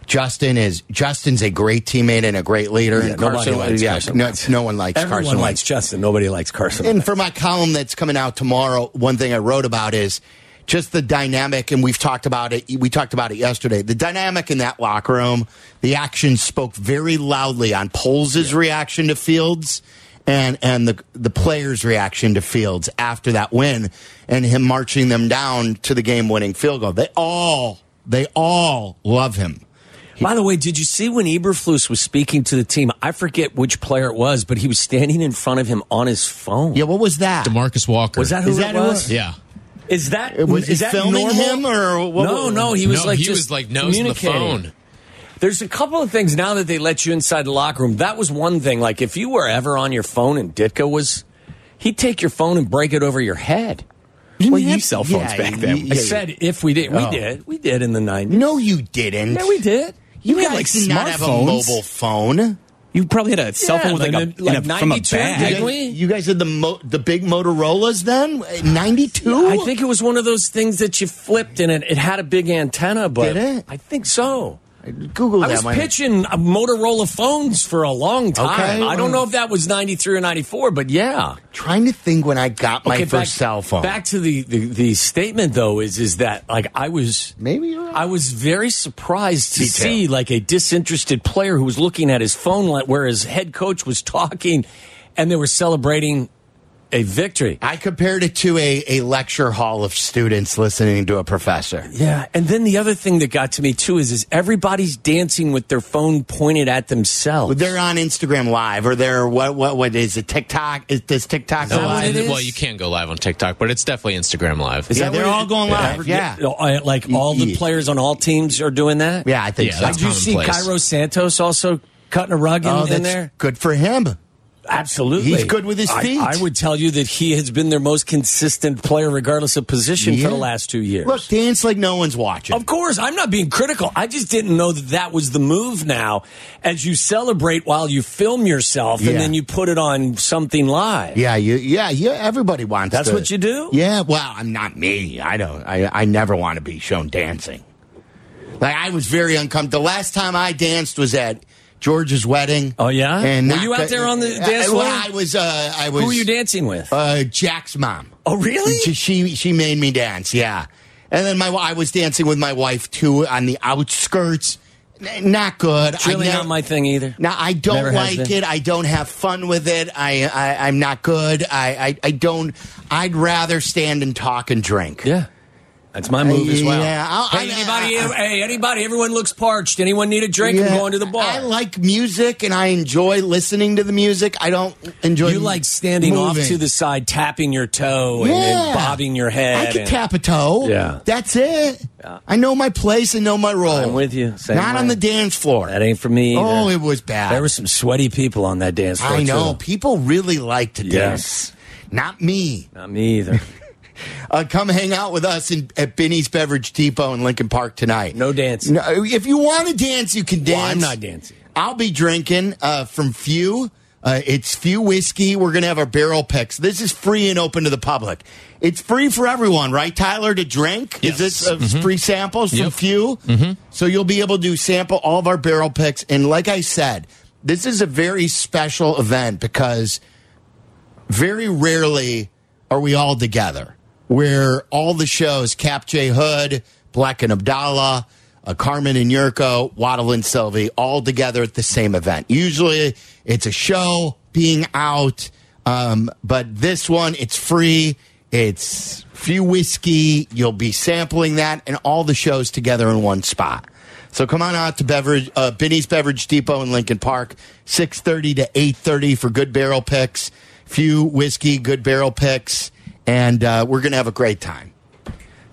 Justin is Justin's a great teammate and a great leader.
Yeah,
and
nobody
Carson,
likes
yeah,
Carson
no,
Wentz.
no one likes
that. everyone
Carson Wentz.
likes Justin. Nobody likes Carson.
And
Wentz.
for my column that's coming out tomorrow, one thing I wrote about is just the dynamic, and we've talked about it. We talked about it yesterday. The dynamic in that locker room, the action spoke very loudly on Poles' reaction to Fields and and the the players' reaction to Fields after that win, and him marching them down to the game-winning field goal. They all they all love him.
By the way, did you see when Eberflus was speaking to the team? I forget which player it was, but he was standing in front of him on his phone.
Yeah, what was that?
Demarcus Walker.
Was that who
Is
it
that who it
was?
was? Uh,
Yeah.
Is that
Was
is
he
that
filming
normal?
him or what-
no? No, he was
No,
like
he
just
was, like, nosing the
communicating.
phone.
There's a couple of things now that they let you inside the locker room. That was one thing. Like if you were ever on your phone and Ditka was, he'd take your phone and break it over your head.
Didn't
we have cell phones back then.
I said if we did, we did, we did in the nineties.
Oh. no, you didn't.
yeah, we did.
You,
had,
guys
like,
did not have a
smartphones.
mobile phone.
You probably had a cell
Yeah,
phone with
like
like, a,
a-
in
like
a- from a
92
bag.
didn't we?
You guys had the mo- the big Motorola's then, ninety two.
I think it was one of those things that you flipped and it, it had a big antenna, but
Did it?
I think so.
Google
I
that.
was
one.
pitching uh, Motorola phones for a long time.
Okay,
I don't
well-
know if that was 93 or 94, but yeah.
Trying to think when I got my
Okay,
first
back-
cell phone.
Back to the, the, the statement though is is that like I was
Maybe you're right.
I was very surprised to see like a disinterested player who was looking at his phone like where his head coach was talking and they were celebrating a victory.
I compared it to a, a lecture hall of students listening to a professor.
Yeah, and then the other thing that got to me too is is everybody's dancing with their phone pointed at themselves.
They're on Instagram Live or they're what what what is it TikTok? Is this TikTok
that what
live?
it is?
Well, you can't go live on TikTok, but it's definitely Instagram Live.
Yeah,
that
they're
what it-
all going live. Yeah,
You know, I- like all the
Yeah.
players on all teams are doing that.
yeah, I think
Yeah,
so.
that's
Did you see
commonplace.
Cairo Santos also cutting a rug in,
oh,
in
that's
there?
good for him.
Absolutely.
He's good with his
I-
feet.
I, would tell you that he has been their most consistent player, regardless of position,
Yeah.
for the last two years. Oh,
Look, dance like no one's watching.
Of course, I'm not being critical. I just didn't know that that was the move now as you celebrate while you film yourself and
Yeah.
then you put it on something live.
Yeah, you, yeah, yeah. Everybody wants.
That's
to-
what you do?
Yeah. Well, I'm not me. I don't. I, I never want to be shown dancing. Like I was very uncomfortable. The last time I danced was at George's wedding.
Oh, yeah? Were
not
you out there on the
I-
dance
well,
floor?
I was. Uh, I was.
Who are you dancing with?
Uh, Jack's mom.
oh, really?
She, she she made me dance. Yeah. And then my wi- I was dancing with my wife too on the outskirts. N- Not good.
It's really
I nev-
not my thing either.
now I don't
Never has
like
been.
it. I don't have fun with it. I, I I'm not good. I, I I don't. I'd rather stand and talk and drink.
Yeah. That's my move as well.
Yeah, I'll-
hey,
I-
anybody,
I-
hey, anybody, everyone looks parched. Anyone need a drink? I'm
Yeah.
going to the bar.
I like music and I enjoy listening to the music. I don't enjoy.
you like standing
moving.
off to the side, tapping your toe and, and
Yeah.
bobbing your head.
I can
and-
tap a toe.
Yeah.
that's it. I know my place and know my role.
I'm with you. Same
Not on
way.
the dance floor.
That ain't for me. Either.
oh, it was bad.
There were some sweaty people on that dance floor.
I know
too.
people really like to
Yes.
dance. Not me.
Not me either.
(laughs) Uh, come hang out with us in, at Binny's Beverage Depot in Lincoln Park tonight.
No dance.
No, if you want to dance, you can dance.
Well, I'm not dancing.
I'll be drinking uh, from Few. Uh, it's Few Whiskey. We're going to have our barrel picks. This is free and open to the public. It's free for everyone, right, Tyler, to drink? Is this uh, free samples from
Yep.
Few? Mm-hmm. So you'll be able to sample all of our barrel picks. And like I said, this is a very special event because very rarely are we all together. Where all the shows, Cap J Hood, Black and Abdallah, uh, Carmen and Yurko, Waddle and Sylvie, all together at the same event. Usually it's a show being out, um, but this one, it's free. It's few whiskey. You'll be sampling that and all the shows together in one spot. So come on out to beverage, uh, Benny's Beverage Depot in Lincoln Park, six thirty to eight thirty for good barrel picks, few whiskey, good barrel picks, and uh, we're gonna have a great time.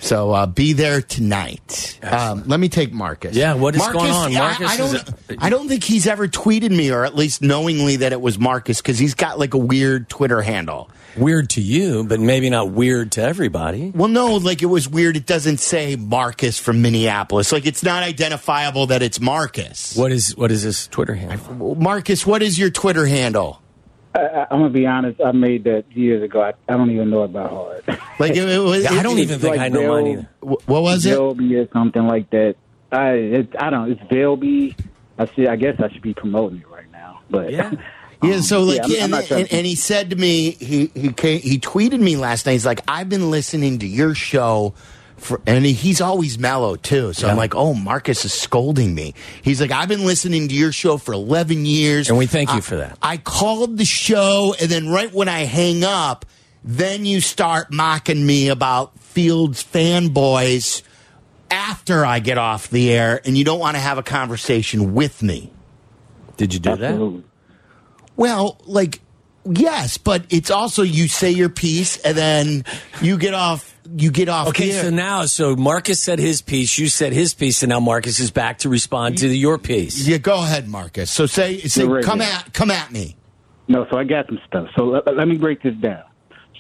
So uh, be there tonight. Um, let me take Marcus.
Yeah, what is
Marcus,
going on? Marcus
I, I
is
don't. I don't think he's ever tweeted me, or at least knowingly that it was Marcus, because he's got like a weird Twitter handle.
Weird to you, but maybe not weird to everybody.
Well, no, like it was weird. It doesn't say Marcus from Minneapolis. Like it's not identifiable that it's Marcus.
What is what is this Twitter handle?
Marcus, what is your Twitter handle?
I, I'm gonna be honest. I made that years ago. I, I don't even know it by heart.
Like it, it was.
I don't
it-
even think
like
I know mine
Bill-
either.
What was it?
Velby or something like that. I it, I don't. It's Velby. I see. I guess I should be promoting it right now. But
Yeah.
Yeah. So like,
Um, I'm-
yeah,
I'm
and,
not sure.
and, and he said to me, he he came, he tweeted me last night. He's like, I've been listening to your show. For, and he's always mellow too. So I'm like, oh, Marcus is scolding me. He's like, I've been listening to your show for 11 years.
And we thank you
I-
for that.
I called the show, and then right when I hang up, then you start mocking me about Fields fanboys after I get off the air, and you don't want to have a conversation with me.
Did you do that?
Absolutely.
Well, like, yes, but it's also you say your piece, and then you get off. You get off.
Okay,
the air.
so now so Marcus said his piece, you said his piece, and now Marcus is back to respond to your piece.
yeah, go ahead, Marcus. So say, say
You're right,
come
yeah.
at, come at me.
No, so I got some stuff. So let, let me break this down.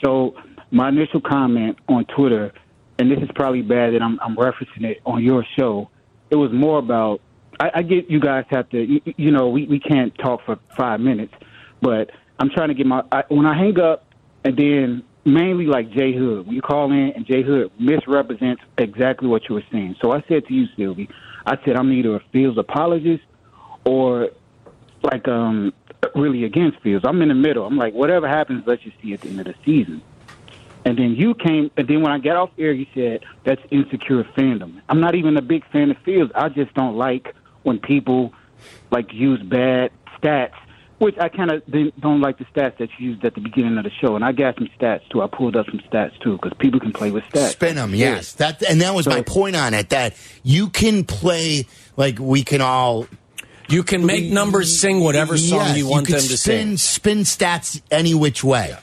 So my initial comment on Twitter, and this is probably bad that I'm, I'm referencing it on your show. It was more about I, I get you guys have to you, you know we, we can't talk for five minutes, but I'm trying to get my I, when I hang up and then mainly like Jay Hood when you call in and Jay Hood misrepresents exactly what you were saying. So I said to you, Sylvie, I said I'm either a Fields apologist or like um really against Fields. I'm in the middle. I'm like, whatever happens, let's just see at the end of the season. And then you came, and then when I got off air, you said that's insecure fandom. I'm not even a big fan of Fields. I just don't like when people like use bad stats which I kind of don't like the stats that you used at the beginning of the show. And I got some stats too. I pulled up some stats too because people can play with stats.
Spin them, yes. That and that was my point on it. That you can play like we can all.
You can make numbers sing whatever song you want them to
spin, Spin stats any which way.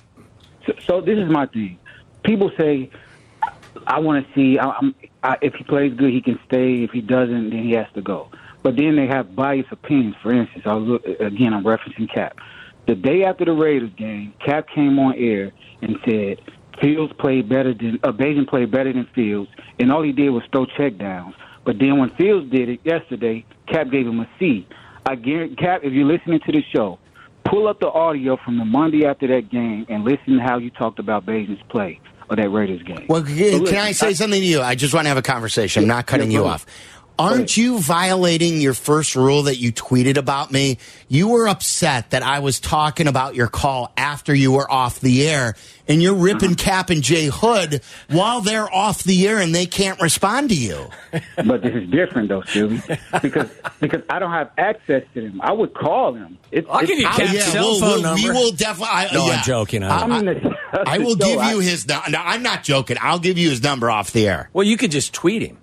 So, so this is my thing. People say, "I want to see. I, I'm, I, if he plays good, he can stay. If he doesn't, then he has to go." But then they have biased opinions. For instance, I was again. I'm referencing Cap. The day after the Raiders game, Cap came on air and said Fields played better than uh, Bajan played better than Fields, and all he did was throw checkdowns. But then when Fields did it yesterday, Cap gave him a C. I guarantee Cap, if you're listening to the show, pull up the audio from the Monday after that game and listen to how you talked about Bajan's play or that Raiders game.
Well, can,
look,
can I say
I-
something to you? I just want to have a conversation. I'm not cutting
yeah,
you
go
off. Aren't you violating your first rule that you tweeted about me? You were upset that I was talking about your call after you were off the air, and you're ripping Cap and Jay Hood while they're off the air and they can't respond to you.
but this is different though, Sylvie, because because I don't have access to them. I would call them. It's,
I'll give you
it's-
Cap's
Oh, yeah,
cell
we'll-
phone
we'll- we
number.
will definitely. I-
No,
yeah.
I'm joking. I,
I'm in the, (laughs)
I will
No,
give
I-
you his. nu- No, I'm not joking. I'll give you his number off the air.
well, you could just tweet him.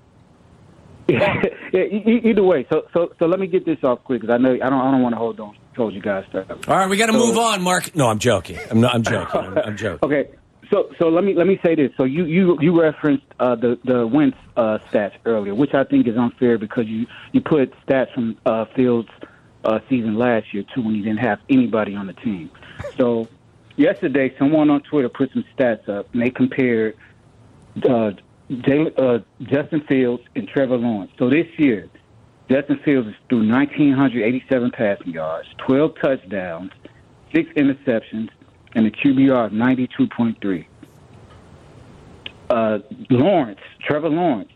yeah, e- e- either way. So so so let me get this off quick because I know I don't I don't want to hold on. Told you guys stuff.
All right, we got to
So-
move on, Mark. No, I'm joking. I'm not. I'm joking. I'm, I'm joking.
Okay, so so let me let me say this. So you you you referenced uh, the the Wentz uh, stats earlier, which I think is unfair because you you put stats from uh, Fields' uh, season last year too when he didn't have anybody on the team. So yesterday, someone on Twitter put some stats up and they compared uh, Jay, uh, Justin Fields and Trevor Lawrence. So this year, Justin Fields is through 1,987 passing yards, 12 touchdowns, six interceptions, and a QBR of 92.3. Uh, Lawrence, Trevor Lawrence,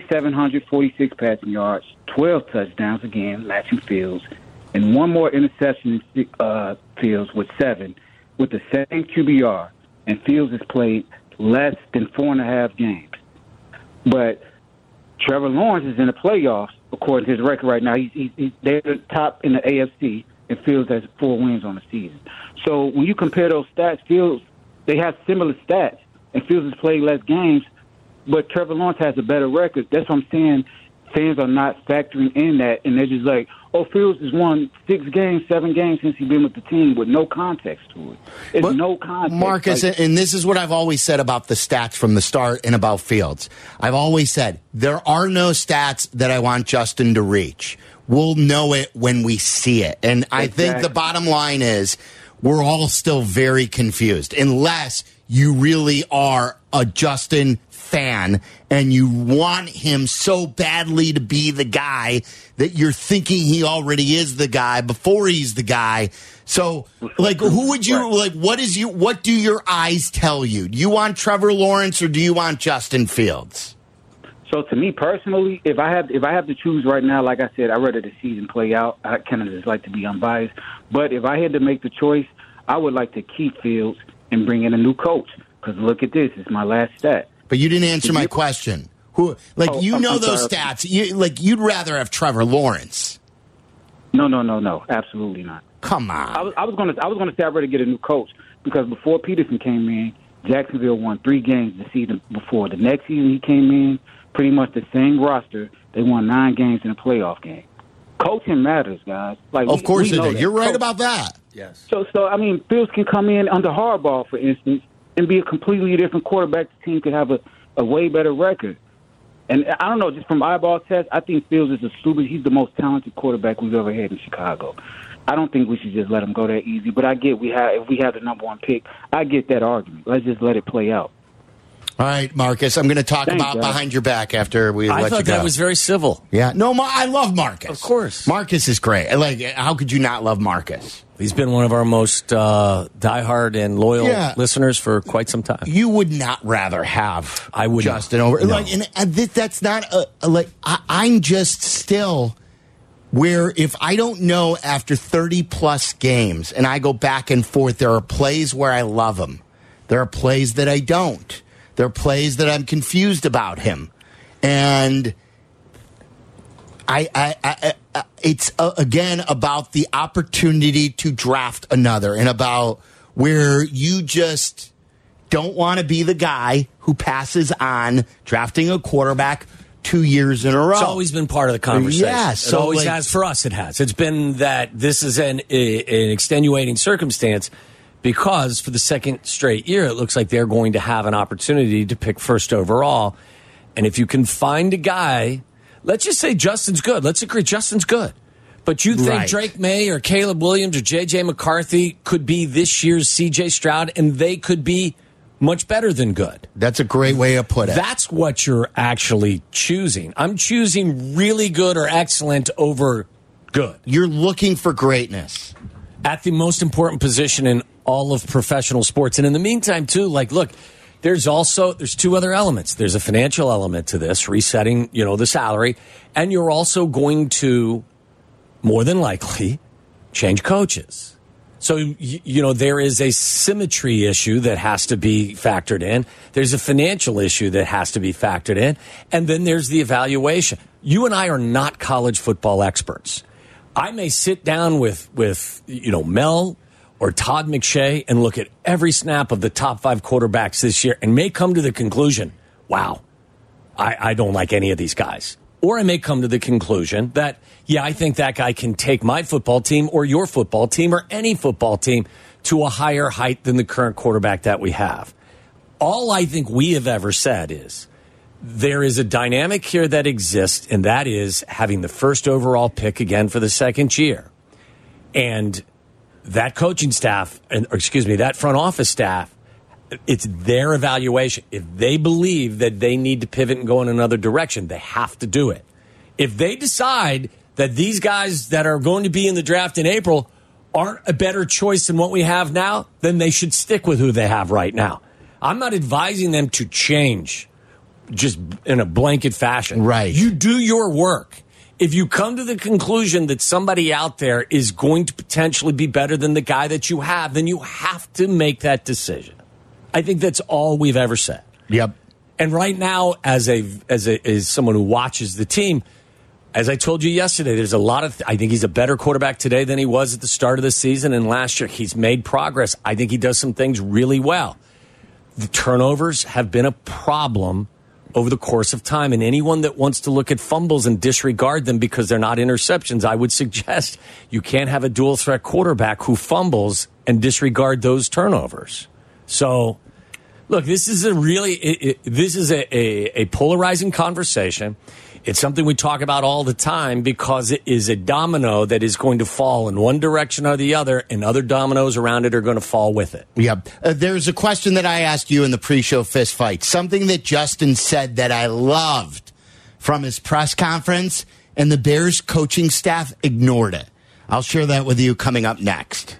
2,746 passing yards, 12 touchdowns again, matching Fields, and one more interception in uh, Fields with seven, with the same QBR. And Fields has played less than four and a half games. But Trevor Lawrence is in the playoffs according to his record right now. He's, he's, he's they're the top in the AFC, and Fields has four wins on the season. So when you compare those stats, Fields they have similar stats, and Fields has played less games, but Trevor Lawrence has a better record. That's what I'm saying. Fans are not factoring in that, and they're just like, "Oh, Fields has won six games, seven games since he's been with the team, with no context to it. It's
But,
no context."
Marcus,
Like-
and this is what I've always said about the stats from the start and about Fields. I've always said there are no stats that I want Justin to reach. We'll know it when we see it. And I think the
Exactly.
bottom line is we're all still very confused unless you really are a Justin fan and you want him so badly to be the guy that you're thinking he already is the guy before he's the guy. So like who would you like what is you what do your eyes tell you? Do you want Trevor Lawrence or do you want Justin Fields?
So to me personally, if I have if I have to choose right now, like I said, I rather the season play out. I kind of just like to be unbiased. But if I had to make the choice, I would like to keep Fields and bring in a new coach. Because look at this, it's my last stat.
But you didn't answer my question. Who like
Oh,
you
I'm-
know
I'm
those
sorry.
stats. You like you'd rather have Trevor Lawrence.
No, no, no, no, absolutely not.
Come
I
on.
was I was gonna I was gonna say I'd rather get a new coach because before Peterson came in, Jacksonville won three games the season before. The next season he came in, pretty much the same roster. They won nine games in a playoff game. Coaching matters, guys. Like
Of
we-
course
we
it
know
is.
that. Oh.
You're right
Coach-
about that.
So, so I mean, Fields can come in under Harbaugh, for instance, and be a completely different quarterback. The team could have a, a way better record. And I don't know, just from eyeball test, I think Fields is a stupid. He's the most talented quarterback we've ever had in Chicago. I don't think we should just let him go that easy. But I get we have if we have the number one pick, I get that argument. Let's just let it play out.
All right, Marcus. I'm going to talk
Thanks,
about
guys.
behind your back after we
I
let you
thought
go.
that was very civil.
yeah. No, Ma- I love Marcus.
Of course.
Marcus is great. Like, how could you not love Marcus?
He's been one of our most uh, diehard and loyal
Yeah.
listeners for quite some time.
You would not rather have
I would
Justin
not.
over.
No.
Like, and, and thi- that's not a, a- like. I, I'm just still where if I don't know after 30 plus games and I go back and forth, there are plays where I love him. There are plays that I don't. There are plays that I'm confused about him, and. I, I, I, I- uh, it's uh, again about the opportunity to draft another and about where you just don't want to be the guy who passes on drafting a quarterback two years in a row.
It's always been part of the conversation.
Yeah, so
it always
like-
has for us. It has. It's been that this is an a, an extenuating circumstance because for the second straight year, it looks like they're going to have an opportunity to pick first overall. And if you can find a guy, let's just say Justin's good. Let's agree Justin's good. But you think
Right.
Drake May or Caleb Williams or J.J. McCarthy could be this year's C.J. Stroud, and they could be much better than good.
That's a great way to put it.
That's what you're actually choosing. I'm choosing really good or excellent over good
You're looking for greatness.
at the most important position in all of professional sports. And in the meantime, too, like, look, there's also there's two other elements. There's a financial element to this, resetting, you know, the salary, and you're also going to more than likely change coaches. So, y- you know, there is a symmetry issue that has to be factored in. There's a financial issue that has to be factored in. And then there's the evaluation. You and I are not college football experts. I may sit down with, with, you know, Mel or Todd McShay and look at every snap of the top five quarterbacks this year and may come to the conclusion, wow, I, I don't like any of these guys. Or I may come to the conclusion that, yeah, I think that guy can take my football team or your football team or any football team to a higher height than the current quarterback that we have. All I think we have ever said is there is a dynamic here that exists, and that is having the first overall pick again for the second year. And that coaching staff, and or excuse me, that front office staff, it's their evaluation. If they believe that they need to pivot and go in another direction, they have to do it. If they decide that these guys that are going to be in the draft in April aren't a better choice than what we have now, then they should stick with who they have right now. I'm not advising them to change just in a blanket fashion.
Right.
You do your work. If you come to the conclusion that somebody out there is going to potentially be better than the guy that you have, then you have to make that decision. I think that's all we've ever said.
Yep.
And right now, as a as a as someone who watches the team, as I told you yesterday, there's a lot of. I think he's a better quarterback today than he was at the start of the season and last year. He's made progress. I think he does some things really well. The turnovers have been a problem over the course of time, and anyone that wants to look at fumbles and disregard them because they're not interceptions, I would suggest you can't have a dual threat quarterback who fumbles and disregard those turnovers. So Look, this is a really it, it, this is a, a, a polarizing conversation. It's something we talk about all the time because it is a domino that is going to fall in one direction or the other, and other dominoes around it are going to fall with it.
Yep. Uh, there's a question that I asked you in the pre-show fist fight. Something that Justin said that I loved from his press conference, and the Bears coaching staff ignored it. I'll share that with you coming up next.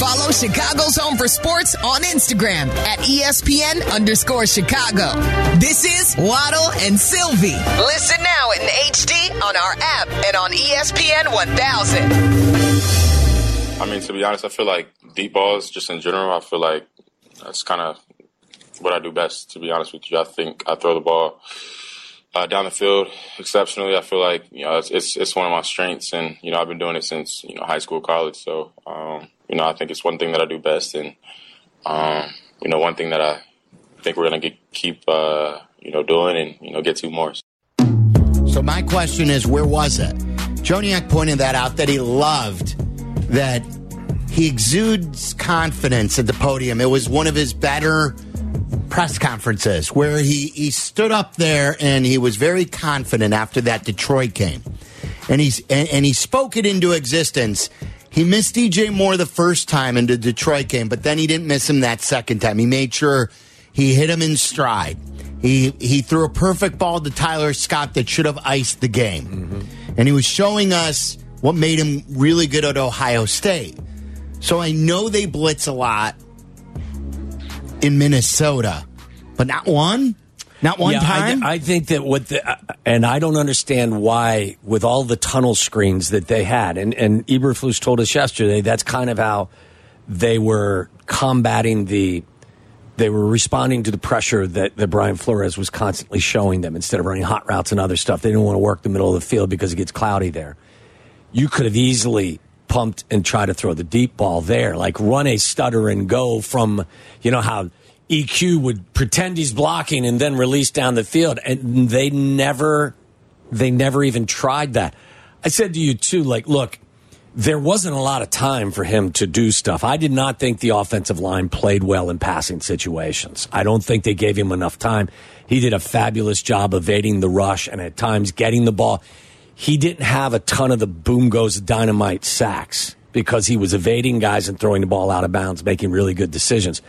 Follow Chicago's Home for Sports on Instagram at E ESPN underscore Chicago. This is Waddle and Sylvie. Listen now in HD on our app and on E ESPN 1000.
I mean, to be honest, I feel like deep balls, just in general, I feel like that's kind of what I do best. To be honest with you, I think I throw the ball uh, down the field exceptionally. I feel like you know it's, it's it's one of my strengths, and you know I've been doing it since you know high school, college. So um, you know I think it's one thing that I do best, and um, you know one thing that I think we're gonna get, keep uh, you know doing, and you know get two more.
So my question is, where was it? Joniak pointed that out that he loved that he exudes confidence at the podium. It was one of his better press conferences where he, he stood up there and he was very confident after that Detroit game. And he's and, and he spoke it into existence. He missed DJ Moore the first time in the Detroit game, but then he didn't miss him that second time. He made sure he hit him in stride. He he threw a perfect ball to Tyler Scott that should have iced the game. And he was showing us what made him really good at Ohio State. So I know they blitz a lot in Minnesota, but not one, not one
Yeah, I th-
time.
I, think that what the uh, and I don't understand why with all the tunnel screens that they had and and Eberflus told us yesterday that's kind of how they were combating the they were responding to the pressure that, that Brian Flores was constantly showing them instead of running hot routes and other stuff. They didn't want to work the middle of the field because it gets cloudy there. You could have easily pumped and tried to throw the deep ball there, like run a stutter and go from, you know, how EQ would pretend he's blocking and then release down the field. And they never, they never even tried that. I said to you too, like, look, there wasn't a lot of time for him to do stuff. I did not think the offensive line played well in passing situations. I don't think they gave him enough time. He did a fabulous job evading the rush and at times getting the ball. He didn't have a ton of the boom goes dynamite sacks because he was evading guys and throwing the ball out of bounds, making really good decisions.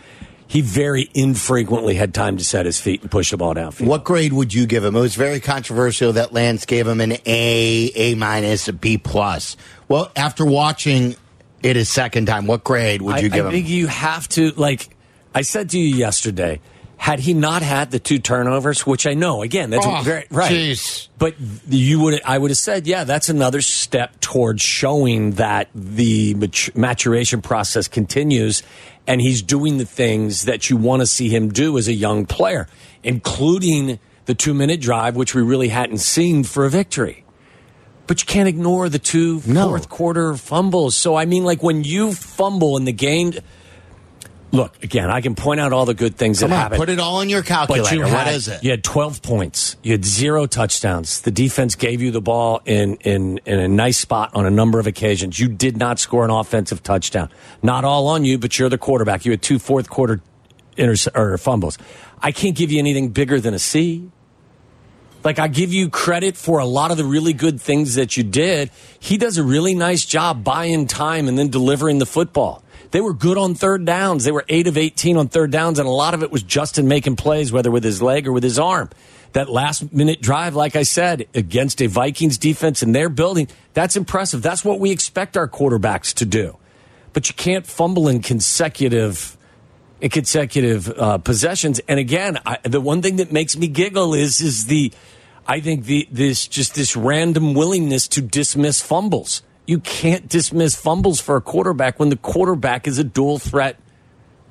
He very infrequently had time to set his feet and push the ball downfield.
What grade would you give him? It was very controversial that Lance gave him an A, A minus, a B plus. Well, after watching it a second time, what grade would
I-
you give
I
him?
think you have to like. I said to you yesterday, had he not had the two turnovers, which I know again, that's
Oh,
very, right.
jeez.
But you would, I would have said, yeah, that's another step towards showing that the matur- maturation process continues, and he's doing the things that you want to see him do as a young player, including the two minute drive, which we really hadn't seen for a victory. But you can't ignore the two fourth quarter fumbles. So I mean, like when you fumble in the game, look again. I can point out all the good things
Come
that
on,
happened.
put it all in your
But
calculator.
you
What
had,
is it?
You had 12 points. You had zero touchdowns. The defense gave you the ball in, in, in a nice spot on a number of occasions. You did not score an offensive touchdown. Not all on you, but you're the quarterback. You had two fourth quarter interse- or fumbles. I can't give you anything bigger than a C. Like, I give you credit for a lot of the really good things that you did. He does a really nice job buying time and then delivering the football. They were good on third downs. They were eight of 18 on third downs, and a lot of it was Justin making plays, whether with his leg or with his arm. That last minute drive, like I said, against a Vikings defense in their building, that's impressive. That's what we expect our quarterbacks to do. But you can't fumble in consecutive in consecutive uh, possessions. And again, I, the one thing that makes me giggle is is the I think the this just this random willingness to dismiss fumbles. You can't dismiss fumbles for a quarterback when the quarterback is a dual threat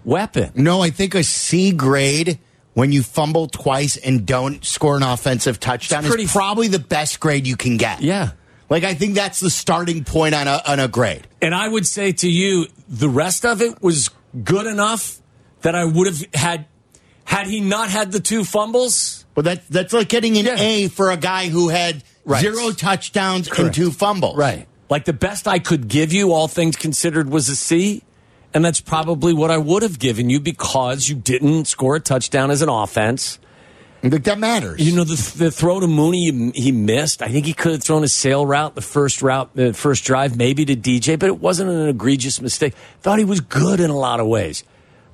weapon.
No, I think a C grade when you fumble twice and don't score an offensive touchdown
It's pretty-
is probably the best grade you can get.
Yeah.
Like I think that's the starting point on a on a grade.
And I would say to you, the rest of it was good enough that I would have had had he not had the two fumbles.
Well, that that's like getting an A for a guy who had
Right.
zero touchdowns and two fumbles.
Right. Like the best I could give you, all things considered, was a C. And that's probably what I would have given you because you didn't score a touchdown as an offense.
Like that matters.
You know, the, the throw to Mooney, you- he missed. I think he could have thrown a sail route, the first route, the first drive, maybe to DJ, but it wasn't an egregious mistake. Thought he was good in a lot of ways.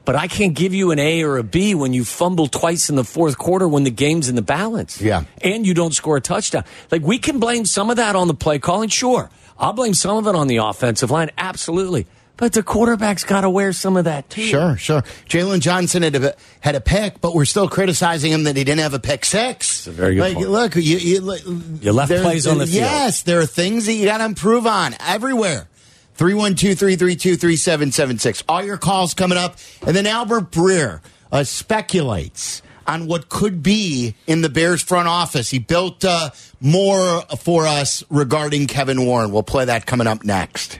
But I can't give you an A or a B when you fumble twice in the fourth quarter when the game's in the balance.
Yeah.
And you don't score a touchdown. Like, we can blame some of that on the play calling. Sure. I'll blame some of it on the offensive line. Absolutely. But the quarterback's got to wear some of that too.
Sure, sure. Jalen Johnson had a, had a pick, but we're still criticizing him that he didn't have a pick six.
very good
Like,
point.
look, you, you, like,
You left
there-
plays on the field.
Yes, there are things that you got to improve on everywhere. 312 332 3776. All your calls coming up. And then Albert Breer uh, speculates on what could be in the Bears front office. He built uh, more for us regarding Kevin Warren. We'll play that coming up next.